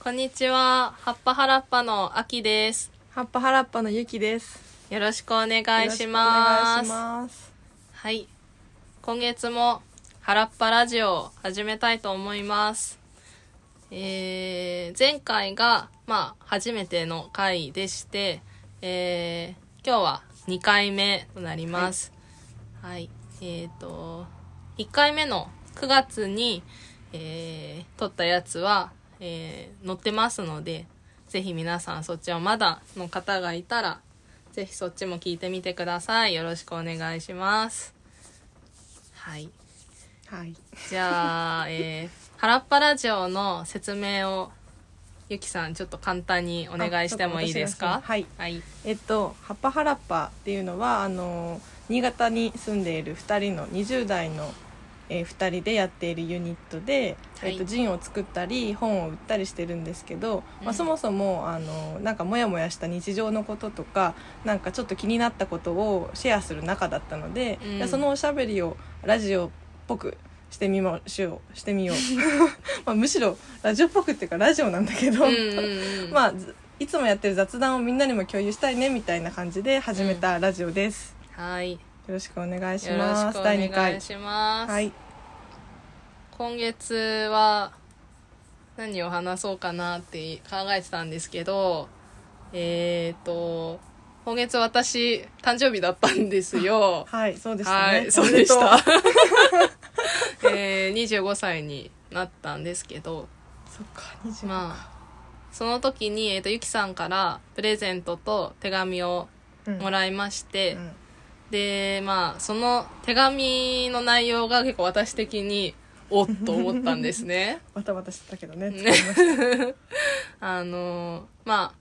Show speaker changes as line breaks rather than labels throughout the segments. こんにちは。葉っぱはらっぱのあきです。
葉っぱはらっぱのゆきです。
よろしくお願いし
よ
ます。
ろしくお願いします。
はい。今月も、はらっぱラジオを始めたいと思います。えー、前回が、まあ、初めての回でして、えー、今日は2回目となります。はい。えっ、ー、と、1回目の9月に、えー、撮ったやつは、えー、載ってますので、ぜひ皆さんそっちをまだの方がいたら、ぜひそっちも聞いてみてください。よろしくお願いします。はい。
はい。
じゃあ、え ー、はらっぱラジオの説明を、ゆきさん、ちょっと簡単にお願いしてもいいですか
あちょっと私がはい
はい。
えっと、葉っぱはらっぱっていうのは、あの、新潟に住んでいる二人の20代の。えー、2人でやっているユニットで、
はい
えっと、ジンを作ったり本を売ったりしてるんですけど、
う
ま
ん
あ、そもそもあのなんかモヤモヤした日常のこととかなんかちょっと気になったことをシェアする仲だったので、
うん
じゃあそのおしゃべりをラジオっぽくしてみましょうして みよう、まあ、むしろラジオっぽくっていうかラジオなんだけど、
うんうんうん。
まあ、ずいつもやってる雑談をみんなにも共有したいねみたいな感じで始めたラジオです。
はい。よ
よろしくお願い
ろ
し
しくお
ます。第2
願い
回。
します。
はい。
今月は、何を話そうかなって考えてたんですけど、えっ、ー、と、今月私、誕生日だったんです よ。
はい、そうでした
は
ね。
い、そうでし
おめ
た
でと う。。
えー、25歳になったんですけど、
そっか、20。
まあ、その時に、えっ、と、ゆきさんからプレゼントと手紙を
うん
もらいまして、
うん
で、まあ、その手紙の内容が結構私的に、おっと思ったんです ね。
バタバタしてたけどね。
ねあのま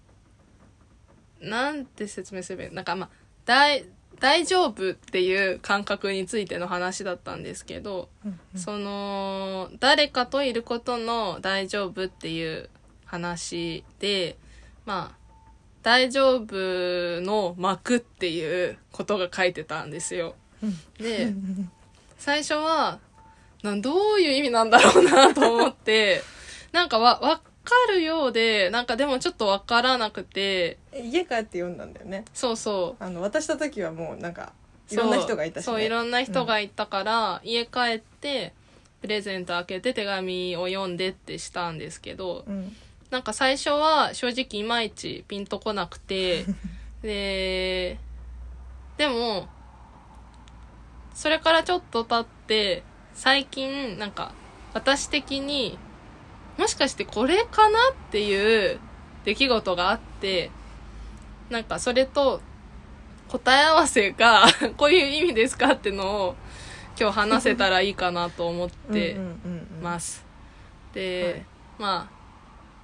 あなんて説明すればいいのなんかまあ大大丈夫っていう感覚についての話だったんですけど、
うん
その誰かといることの大丈夫っていう話でまあ大丈夫の幕っていうことが書いてたんですよ。
うん
で最初はなんどういう意味なんだろうなと思ってなんかわわかるようでなんかでもちょっとわからなくて
え家帰って読んだんだよね。
そうそう
あの、渡した時はもうなんか、いろんな人がいたし、ね。
そうそういろんな人がいたから、家帰ってプレゼント開けて手紙を読んでってしたんですけど
うん。
なんか最初は正直いまいちピンとこなく てででもそれからちょっと経って最近なんか私的にもしかしてこれかなっていう出来事があってなんかそれと答え合わせが こういう意味ですかってのを今日話せたらいいかなと思って。
うんうんうんうん
ます。で、
はい
まあ、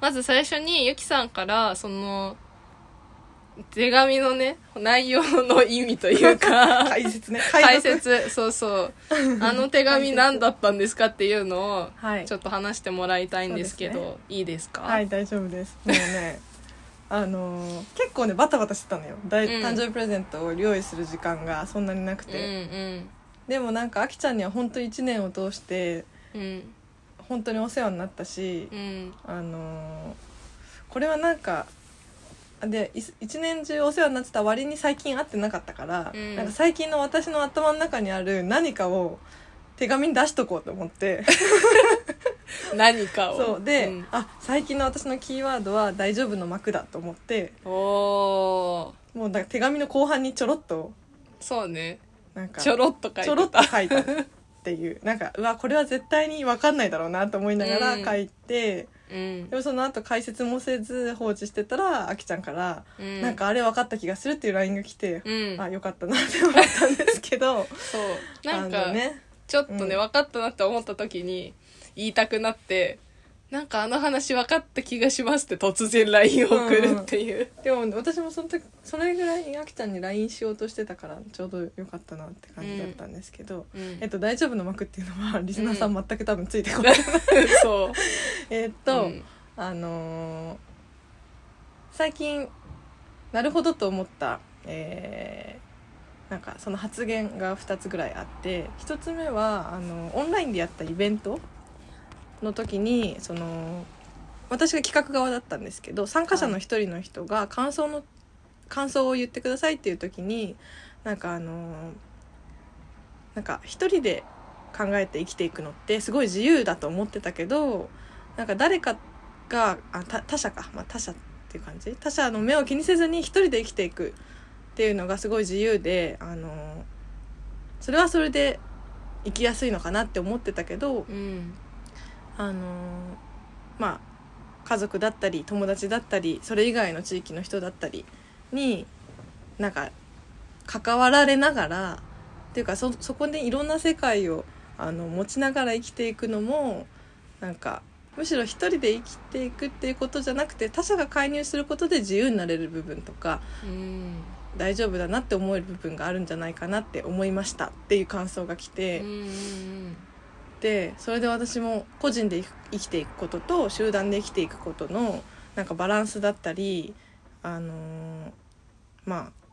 まず最初にゆきさんから、その、手紙のね、内容の意味というか、
解説ね。
解。説、そう そう、あの手紙何だったんですかっていうの
は
を、
い
ちょ。っと話してもらいたいんですけど、
そう
いいですか
はい、大丈夫です。もうね、あのー結構ねバタバタしてたのよ。だい
うん
誕生日プレゼントを用意する時間がそんなになく
うんう
て、
ん。
でもなんかあきちゃんには本当一年を通して
うん、
本当にお世話になったし
う、ん、
あのーこれはなんか。でい一年中お世話になってた割に最近会ってなかったから、
うん
なんか最近の私の頭の中にある何かを手紙に出しとこうと思って
何かを。
そうで、
ん
あ最近の私のキーワードは「大丈夫」の幕だと思って
おー、
もうなんか手紙の後半にちょろっと
そうね。
なんか
ちょろっと書いてた。
ちょろっと書いたっていうなんかうわこれは絶対に分かんないだろうなと思いなが
うん
ら書いて、
うん
で。もその後解説もせず放置してたらあきちゃんから、
うん。
なん、かあれ分かった気がする」っていう LINE が来て、
うん。
あよかったなって思ったんですけど
そう。 なんか、
あのね
ちょっとね、
うん
分かったなって思った時に言いたくなって、なんかあの話分かった気がしますって突然 LINE を送るっていう。
でも私もその時それぐらいにあきちゃんに LINE しようとしてたからちょうどよかったなって感じだったんですけど。
うん
えっと、大丈夫の幕っていうのはリスナーさん全く多分ついてこない、
そう。
えっと、
うん
あのー最近なるほどと思った、えーなんかその発言が2つぐらいあって1つ目はあのオンラインでやったイベントの時にその私が企画側だったんですけど参加者の一人の人が感想の感想を言ってくださいっていう時になんかあのーなんか一人で考えて生きていくのってすごい自由だと思ってたけどなんか誰かがあ他他者か、まあ、他者っていう感じ他者の目を気にせずに一人で生きていくっていうのがすごい自由であのーそれはそれで生きやすいのかなって思ってたけど
うん
あのーまあ家族だったり友達だったりそれ以外の地域の人だったりになんか関わられながらっていうかそそこでいろんな世界をあの持ちながら生きていくのもなんかむしろ一人で生きていくっていうことじゃなくて他者が介入することで自由になれる部分とか
うん
大丈夫だなって思える部分があるんじゃないかなって思いましたっていう感想が来て。
うん
でそれで私も個人で生きていくことと集団で生きていくことのなんかバランスだったりあのーまあ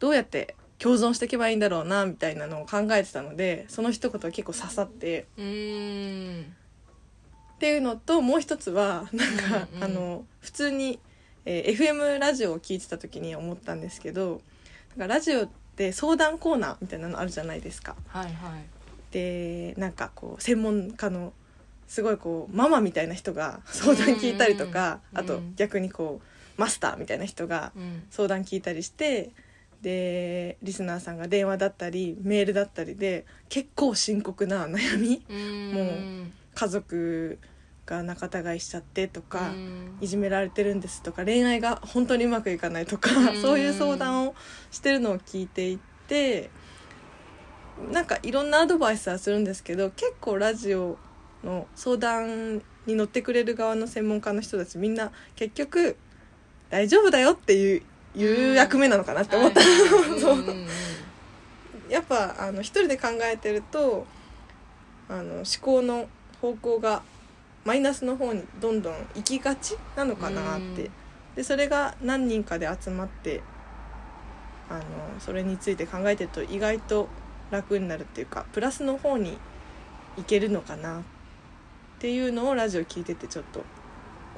どうやって共存していけばいいんだろうなみたいなのを考えてたのでその一言は結構刺さって
うんうん
っていうのともう一つはなんか、
うんうん
あの普通に、えー FM ラジオを聞いてた時に思ったんですけどなんかラジオって相談コーナーみたいなのあるじゃないですか。
はいはい
でなんかこう専門家のすごいこうママみたいな人が相談聞いたりとか、
うん
あと逆にこうマスターみたいな人が
うん
相談聞いたりしてでリスナーさんが電話だったりメールだったりで結構深刻な悩み
うん
もう家族が仲違いしちゃってとか、
うん
いじめられてるんですとか恋愛が本当にうまくいかないとか、
うん
そういう相談をしてるのを聞いていてなんかいろんなアドバイスはするんですけど結構ラジオの相談に乗ってくれる側の専門家の人たちみんな結局大丈夫だよっていういう
うん
役目なのかなって思った、
はい
そう
うんうん
やっぱあの一人で考えてるとあの思考の方向がマイナスの方にどんどん行きがちなのかなって、
うん
でそれが何人かで集まってあのそれについて考えてると意外と楽になるっていうかプラスの方に行けるのかなっていうのをラジオ聞いててちょっと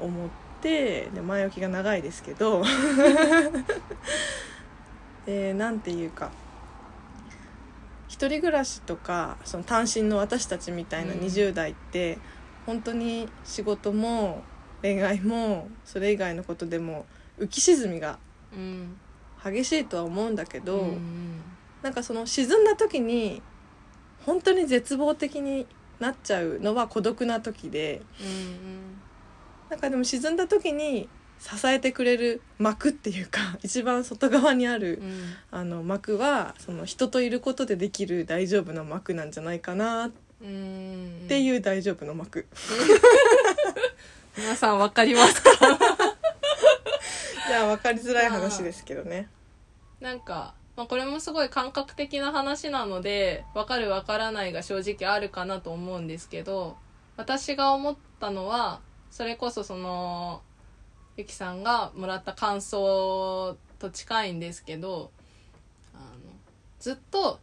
思ってで前置きが長いですけど でなんていうか一人暮らしとかその単身の私たちみたいな
うん
20代って、本当に仕事も恋愛もそれ以外のことでも浮き沈みが
うん
激しいとは思うんだけど、
うん
なんかその沈んだ時に本当に絶望的になっちゃうのは孤独な時で
うん
なんかでも沈んだ時に支えてくれる膜っていうか一番外側にある
うんうん
あの膜はその人といることでできる大丈夫な膜なんじゃないかなっ
うん
ていう大丈夫の膜、
皆さんわかりますか
いや分かりづらい話ですけどね。
なんか、まあ、これもすごい感覚的な話なのでわかるわからないが正直あるかなと思うんですけど私が思ったのはそれこそそのゆきさんがもらった感想と近いんですけどあのずっと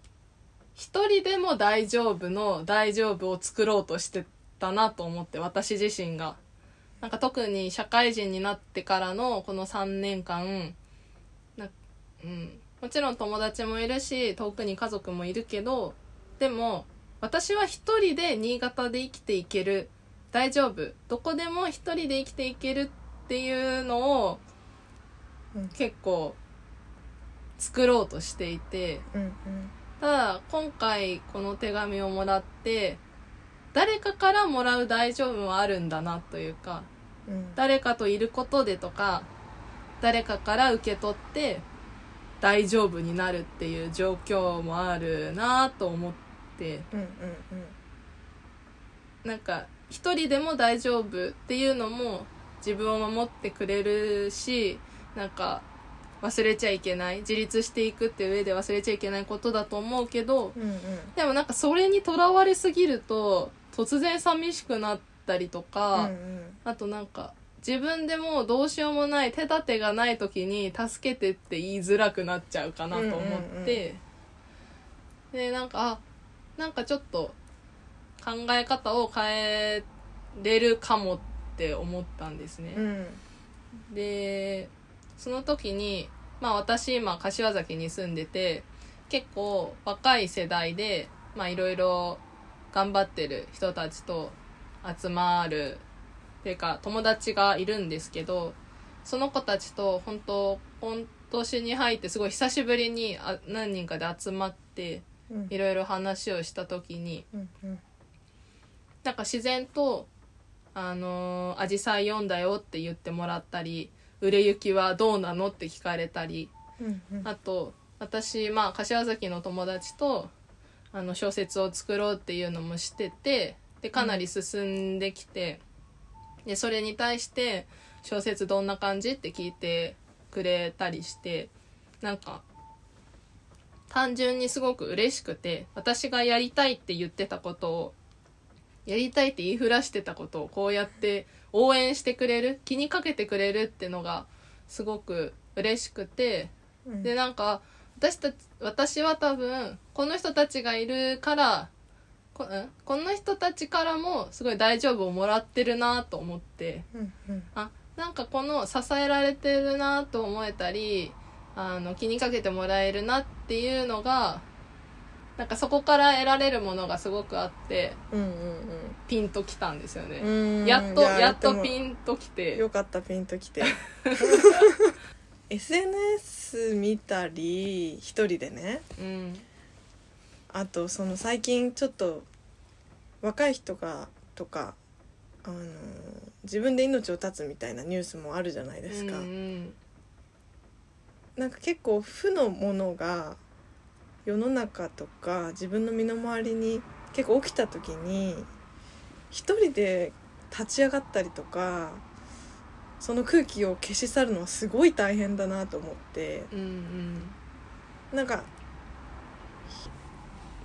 一人でも大丈夫の大丈夫を作ろうとしてたなと思って私自身が。なんか特に社会人になってからのこの3年間なうん、もちろん友達もいるし遠くに家族もいるけどでも私は一人で新潟で生きていける大丈夫どこでも一人で生きていけるっていうのを
うん
結構作ろうとしていて
うん
ただ今回この手紙をもらって誰かからもらう大丈夫はあるんだなというか
うんうん
誰かといることでとか誰かから受け取って大丈夫になるっていう状況もあるなぁと思って
うんうんうん
なんか一人でも大丈夫っていうのも自分を守ってくれるしなんか忘れちゃいけない自立していくっていう上で忘れちゃいけないことだと思うけど
うんうん
でもなんかそれにとらわれすぎると突然寂しくなったりとか。
うん
あとなんか自分でもうどうしようもない手立てがない時に助けてって言いづらくなっちゃうかなと思って、でなんかあなんかちょっと考え方を変えれるかもっって思ったんですね、
うん
でその時にまあ私今柏崎に住んでて結構若い世代でまあいろいろ頑張ってる人たちと集まるっていうか友達がいるんですけどその子たちと本当今年に入ってすごい久しぶりにあ何人かで集まって
うん
いろいろ話をした時に
うんうん
なんか自然と「あのー、アジサイ読んだよ」って言ってもらったり「売れ行きはどうなの?」って聞かれたり
うんうん
あと私、まあ、柏崎の友達とあの小説を作ろうっていうのもしててでかなり進んできて、でそれに対して「小説どんな感じ?」って聞いてくれたりしてなんか単純にすごく嬉しくて私がやりたいって言ってたことをやりたいって言いふらしてたことをこうやって応援してくれる気にかけてくれるってのがすごく嬉しくて
うん
でなんか私たち私は多分この人たちがいるからこんこの人たちからもすごい大丈夫をもらってるなと思って
うんうん
あなんかこの支えられてるなと思えたりあの気にかけてもらえるなっていうのがなんかそこから得られるものがすごくあって
うん
ピンときたんですよ
うんう
ね。
んうん
やっと
い
やっと
でも
ピンときて
よかったピンと きて SNS 見たり一人でね
うん
あとその最近ちょっと若い人がとかあの自分で命を絶つみたいなニュースもあるじゃないですか、
うんうん
なんか結構負のものが世の中とか自分の身の回りに結構起きた時に一人で立ち上がったりとかその空気を消し去るのはすごい大変だなと思って
うんうん
なんか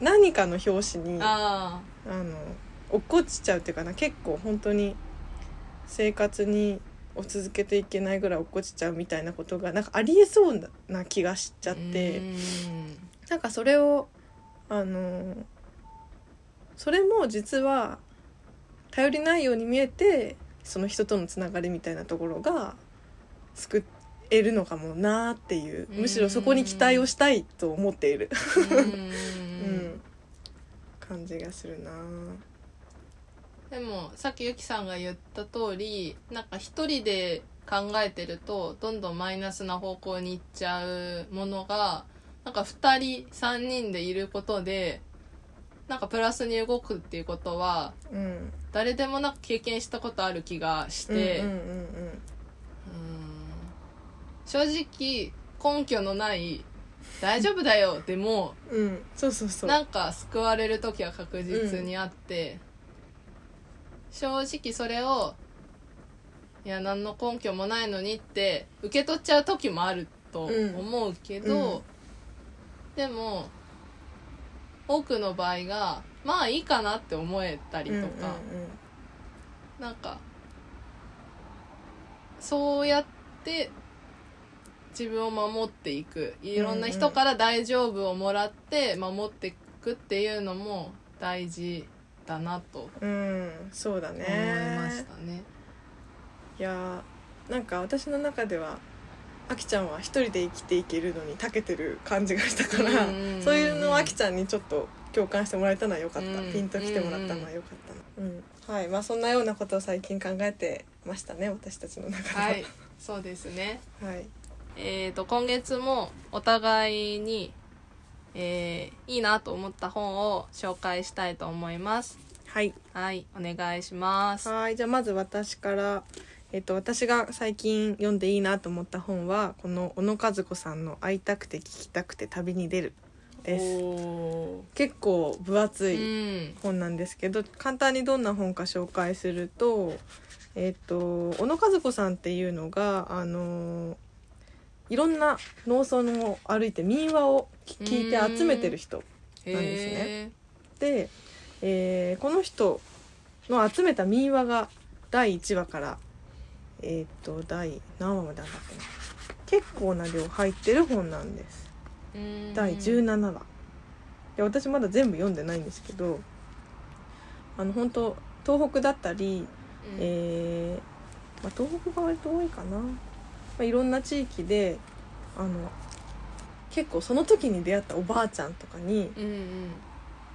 何かの拍子に
あ
あの落っこちちゃうっていうかな結構本当に生活にを続けていけないぐらい落っこちちゃうみたいなことがなんかありえそうな気がしちゃ
あ
って、
うん
なんかそれをあのそれも実は頼りないように見えてその人とのつながりみたいなところが救えるのかもなーっていうむしろそこに期待をしたいと思っている、う
うん
ん、感じがするなー。
でもさっきゆきさんが言った通りなんか一人で考えてるとどんどんマイナスな方向に行っちゃうものがなんか2人3人でいることでなんかプラスに動くっていうことは
うん
誰でもなんか経験したことある気がして、
うんうん
うん正直根拠のない「大丈夫だよ」でも
うんうん、うん、そうそうそう
なんか救われる時は確実にあって、正直それをいや何の根拠もないのにって受け取っちゃう時もあると思うけど、でも多くの場合がまあいいかなって思えたりとか、なんかそうやって自分を守っていくいろんな人から大丈夫をもらって守っていくっていうのも大事だなと
うんうん、うん、そうだ
思いまし
ね
たね。
いやーなんか私の中ではあきちゃんは一人で生きていけるのに長けてる感じがしたから、
うんうんうん
そういうのをあきちゃんにちょっと共感してもらえたのはよかった、
うん
ピンときてもらったのはよかったなうん、はいまあそんなようなことを最近考えてましたね私たちの中では
はい、そうですね。
はい、
えー、と今月もお互いに、えーいいなと思った本を紹介したいと思います。
はい
はい、お願いします。
はいじゃあまず私から、えっと私が最近読んでいいなと思った本はこの小野和子さんの「会いたくて聞きたくて旅に出る」です
お
結構分厚い
ー
本なんですけど簡単にどんな本か紹介すると,、えっと小野和子さんっていうのがあのいろんな農村を歩いて民話を聞いて集めてる人
うん、
なんですね
へ
で、えーこの人の集めた民話が第1話からえっ、と第何話まであったっけな結構な量入ってる本なんです
ーうん
第17話で私まだ全部読んでないんですけどあの本当東北だったり
うん
えーまあ、東北が割と多いかな、まあ、いろんな地域であの結構その時に出会ったおばあちゃんとかに
うんうん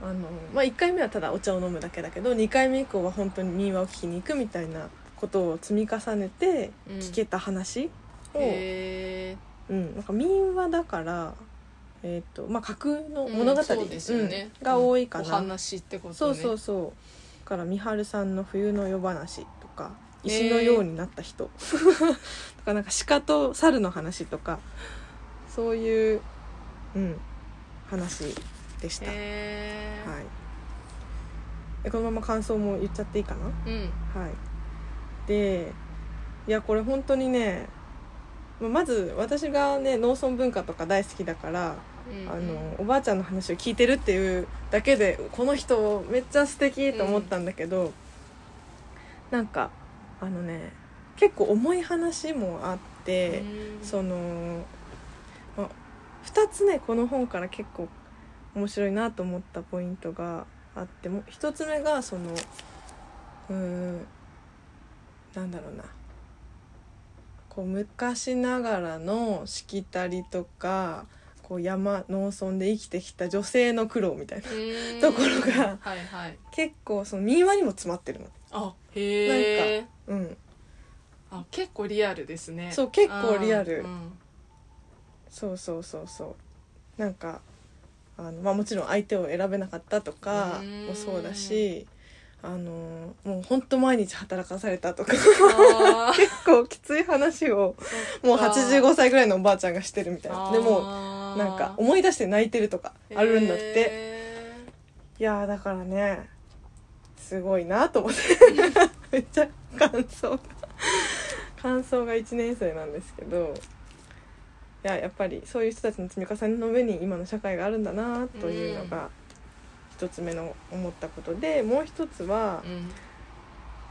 あの、まあ、1回目はただお茶を飲むだけだけど2回目以降は本当に民話を聞きに行くみたいなことを積み重ねて
うん
聞けた話を、
へ
うん、なんか民話だから、えーとまあ、架空の物語、
うんそうですよね
うんが多い
ー
か
お
な。
話ってことね
そうそうそうだから三春さんの「冬の夜話」とか「石のようになった人」 とかなんか鹿と猿の話とかそういう、うん、話でした、
へー
はいでこのまま感想も言っちゃっていいかな
うん
はいでいやこれ本当にねまあまず私がね農村文化とか大好きだから
うん
あのおばあちゃんの話を聞いてるっていうだけでこの人めっちゃ素敵と思ったんだけど、なんかあのね結構重い話もあって、その、まあ、2つねこの本から結構面白いなと思ったポイントがあっても1つ目がそのうーんなんだろうなこう昔ながらのしきたりとかこう山農村で生きてきた女性の苦労みたいな
うん
ところが
はいはい
結構その民話にも詰まってるの。
あへえ
うん、
あ結構リアルですね
そう結構リアル
あー うん
そうそうそうそうなんかあの、まあ、もちろん相手を選べなかったとか
うーん
もそうだしあのもうほんと毎日働かされたとか
あー
結構きつい話をもう85歳ぐらいのおばあちゃんがしてるみたいなでも
あー
なんか思い出して泣いてるとかあるんだって
へ
いやーだからねすごいなと思ってめっちゃ感想が感想が1年生なんですけどいややっぱりそういう人たちの積み重ねの上に今の社会があるんだなというのが一つ目の思ったことでもう一つは
ー、うん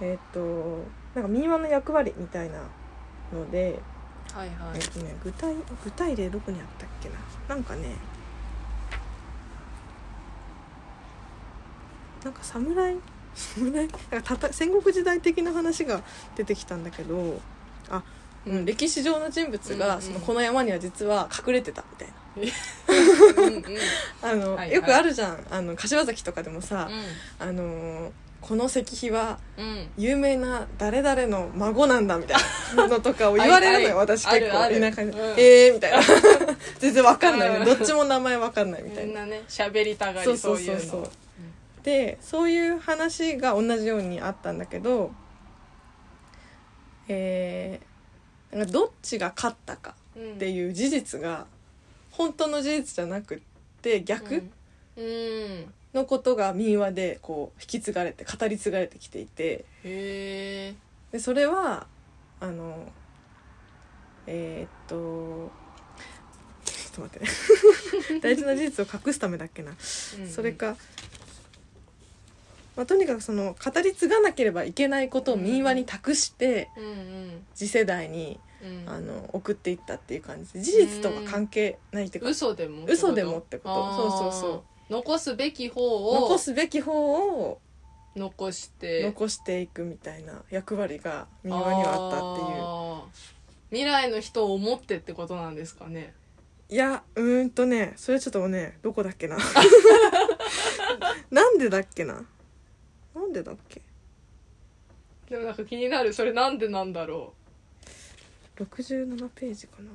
えっ、となんか民話の役割みたいなので、
はいは
え
い
っとね、具体具体例どこにあったっけななんかねなんか侍侍なんかたた戦国時代的な話が出てきたんだけどあ、うん
うん
歴史上の人物
うんう
が
ん
そのこの山には実は隠れてたみたいな。
うんうん
あの
はいはい
よくあるじゃんあの柏崎とかでもさ、
う
あのーこの石碑は
んうん
有名な誰々の孫なんだみたいなのとかを言われるのよ
はいはい
私結 構
あるある
田舎に
うん
えー」みたい な全然わかんないね
う
ど
ん
っちも名前わかんないみた
み
い
ん
な。
なね喋りたが
そう
り
そ
そううい
そう
う
そう
の
でそういう話が同じようにあったんだけどえー、なんかどっちが勝ったか
うん
っていう事実が本当の事実じゃなくって逆、
うんうん
のことが民話でこう引き継がれて語り継がれてきていて
へー
でそれはあのえーっとちょっと待って ね大事な事実を隠すためだっけな、
うん
それか、まあ、とにかくその語り継がなければいけないことを民話に託して
うんうん
次世代に
うん
あの送っていったっていう感じで事実とは関係ないっていうか
嘘でも
嘘でもってことそうそうそう
う残すべき方を
残すべき方を
残して
残していくみたいな役割が民話にはあったっていう。
あー未来の人を思ってってことなんですかね
いやうーんとねそれちょっとねどこだっけななんでだっけななんでだっけ
でもなんか気になるそれなんでなんだろ
67ページかな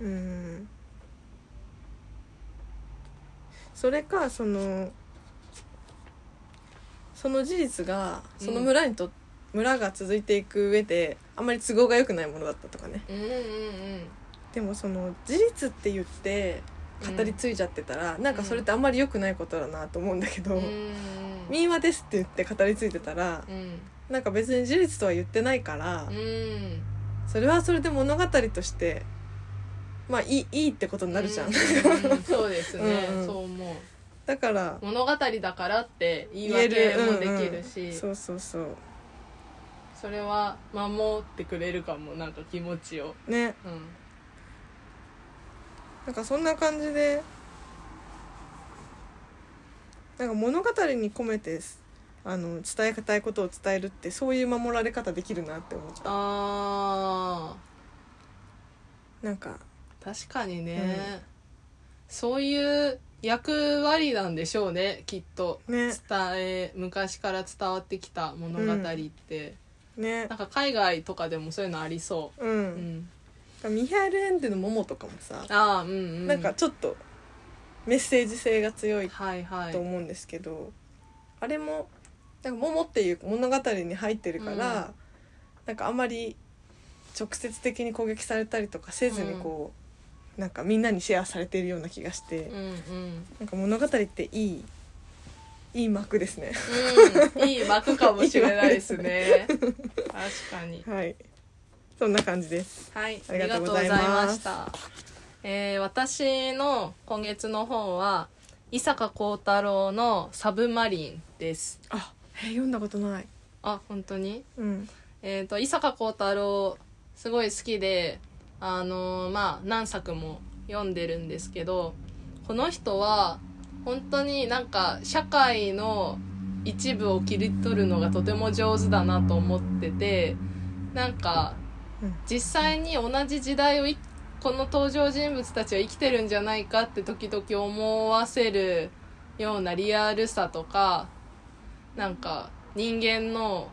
うーんそれかそのその事実がその村にと、村が続いていく上であんまり都合が良くないものだったとかね
ううんうんうん
でもその事実って言って語り継いじゃってたら、なんかそれってあんまり良くないことだなと思うんだけど、
うんうん
民話ですって言って語り継いでたら
うん
なんか別に事実とは言ってないから、
うん
それはそれで物語としてまあいいいいってことになるじゃん、
ううんそうですね
うんうん
そう思う
だから
物語だからって言い
言え
訳
る
もできる
うん
し、
うん、そうそうそう
それは守ってくれるかもなんか気持ちを
ね
うん
なんかそんな感じでなんか物語に込めてあの伝えたいことを伝えるってそういう守られ方できるなって思った
あ
なんか
ー確かにね、
うん
そういう役割なんでしょうねきっと
ね
伝え昔から伝わってきた物語って、
ね、
なんか海外とかでもそういうのありそうう、うんん、
ミハエル・エンデの「モモ」とかもさ、
ああうんうん
なんかちょっとメッセージ性が強い
はいはい
と思うんですけど、あれもなんか「桃」っていう物語に入ってるから、
う
なんかあんまり直接的に攻撃されたりとかせずにこう、なんかみんなにシェアされているような気がして、
うんうん
なんか物語っていいいい幕です ね
うん、いい幕かもしれないです ね確かに
はいそんな感じです
はい、あ
あ
り
り
がと
がと
う
う
ご
ご
ざ
ざ
い
い
ま
ます
した。えー私の今月の本は伊坂幸太郎のサブマリンです。
あえ読んだことない
あ、本当に？
うん
えっ、と伊坂幸太郎すごい好きで、あのーまあ何作も読んでるんですけど、この人は本当になんか社会の一部を切り取るのがとても上手だなと思ってて、なんか
うん
実際に同じ時代をいこの登場人物たちは生きてるんじゃないかって時々思わせるようなリアルさとかなんか人間の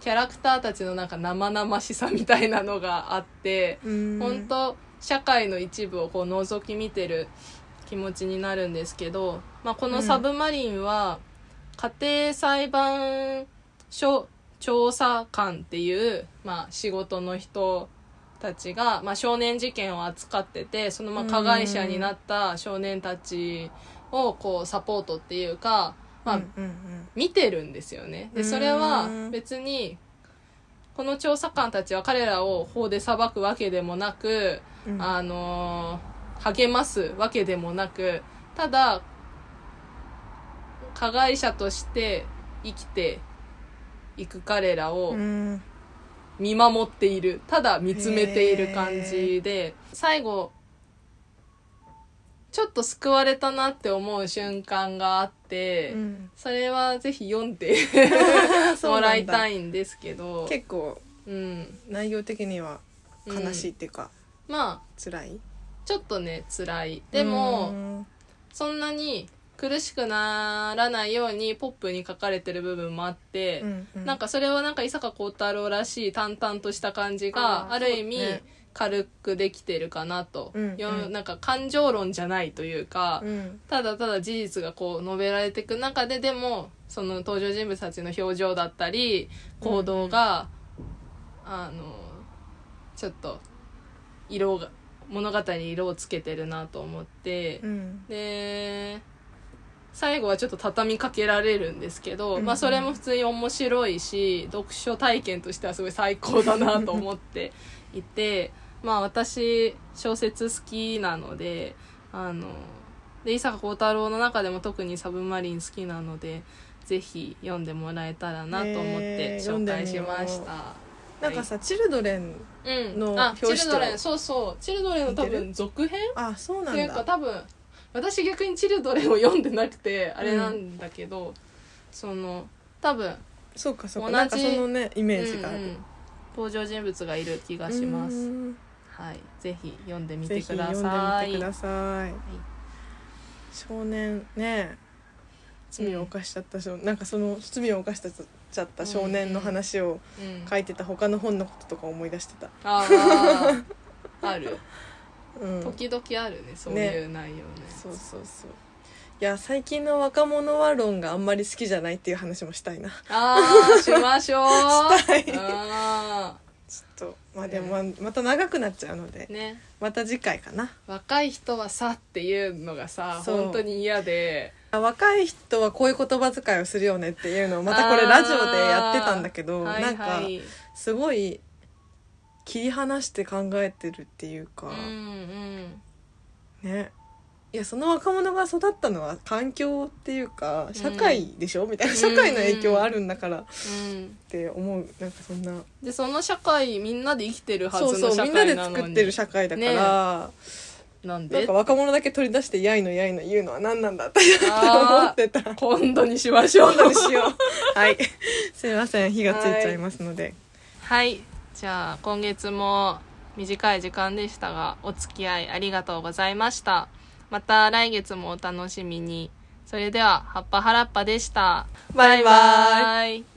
キャラクターたちのなんか生々しさみたいなのがあって
うん
本当社会の一部をこう覗き見てる気持ちになるんですけど、まあ、この「サブマリン」は家庭裁判所調査官っていう、まあ、仕事の人たちが、まあ、少年事件を扱っててそのまあ
うん
加害者になった少年たちをこうサポートっていうか、まあ
うん、うんうん
見てるんですよね。で
うん
それは別にこの調査官たちは彼らを法で裁くわけでもなく、
うん
あのー励ますわけでもなくただ加害者として生きていく彼らを
うん
見守っているただ見つめている感じで最後ちょっと救われたなって思う瞬間があって、
うん
それはぜひ読んでもらいたいんですけど、
結構
うん、
内容的には悲しいっていうか、
まあ
辛い
ちょっとね辛いでも、
うん
そんなに苦しくならないようにポップに書かれてる部分もあって、
うんうん
なんかそれはなんか伊坂幸太郎らしい淡々とした感じ
あ
が
ー
ある意味
そうね
軽くできてるかなと、
うん
よ
うん
なんか感情論じゃないというか、
うん
ただただ事実がこう述べられていく中ででもその登場人物たちの表情だったり行動が、あのちょっと色が物語に色をつけてるなと思って、
うん
で最後はちょっと畳みかけられるんですけど、
うん
まあ、それも普通に面白いし読書体験としてはすごい最高だなと思っていてまあ私小説好きなのであので伊坂幸太郎の中でも特に「サブマリン」好きなのでぜひ読んでもらえたらなと思って
えー
紹介しま
読んで
し
みよ
た。
なんかさ、チルドレン
はい、うん、
の
あ
表
チ
紙
ル
と
ドレンそうそうチルドレンの多
似て
分
る
続編
あそうな
ってい
ん
うか
だ
多分私逆に「チルドレン」を読んでなくてあれなんだけど、その多分、
そうかそ
同じ
うかなんかそのねイメージがあ
うんう
る
ん登場人物がいる気がしま
う
す、
ん
はい、ぜひ読んでみ
ぜ
て
ひ
く
読ん
ださ
でみ
い
てください少年ね罪を犯しちゃった少、なんかその罪を犯しちゃった少年の話を
うん
書いてた他の本のこととか思い出してた、
あ あある
うん、そう
時々あるねそういう内容ね
そうそういや最近の若者は論があんまり好きじゃないっていう話もしたいな
ああしましょう
したい
あ
ちょっとまあでもままた長くなっちゃうので
ーね
また次回かな
若い人はさっていうのがさ
そう
本当に嫌で
あ若い人はこういう言葉遣いをするよねっていうのをまたこれラジオでやってたんだけど、
はい
なんか
はい
すごい切り離して考えてるっていうか、
うん
ねいやその若者が育ったのは環境っていうか社会でしょ、みたいな社会の影響はあるんだからっ
うんうん
て思うなんかそんな
でその社会みんなで生きてるは
そう
ずの
そう
社
みんなで
会なのに
作ってる社会だから、
なん
なん
で
か若者だけ取り出して「やいのやいの」言うのは何なんだって思
あ
ってた
ー今度にしましょう
今度にしようはい すいません火がついちゃいますので
はいじゃあ今月も短い時間でしたがお付き合いありがとうございましたまた来月もお楽しみにそれでは葉っぱはらっぱでした
バイバイ
イ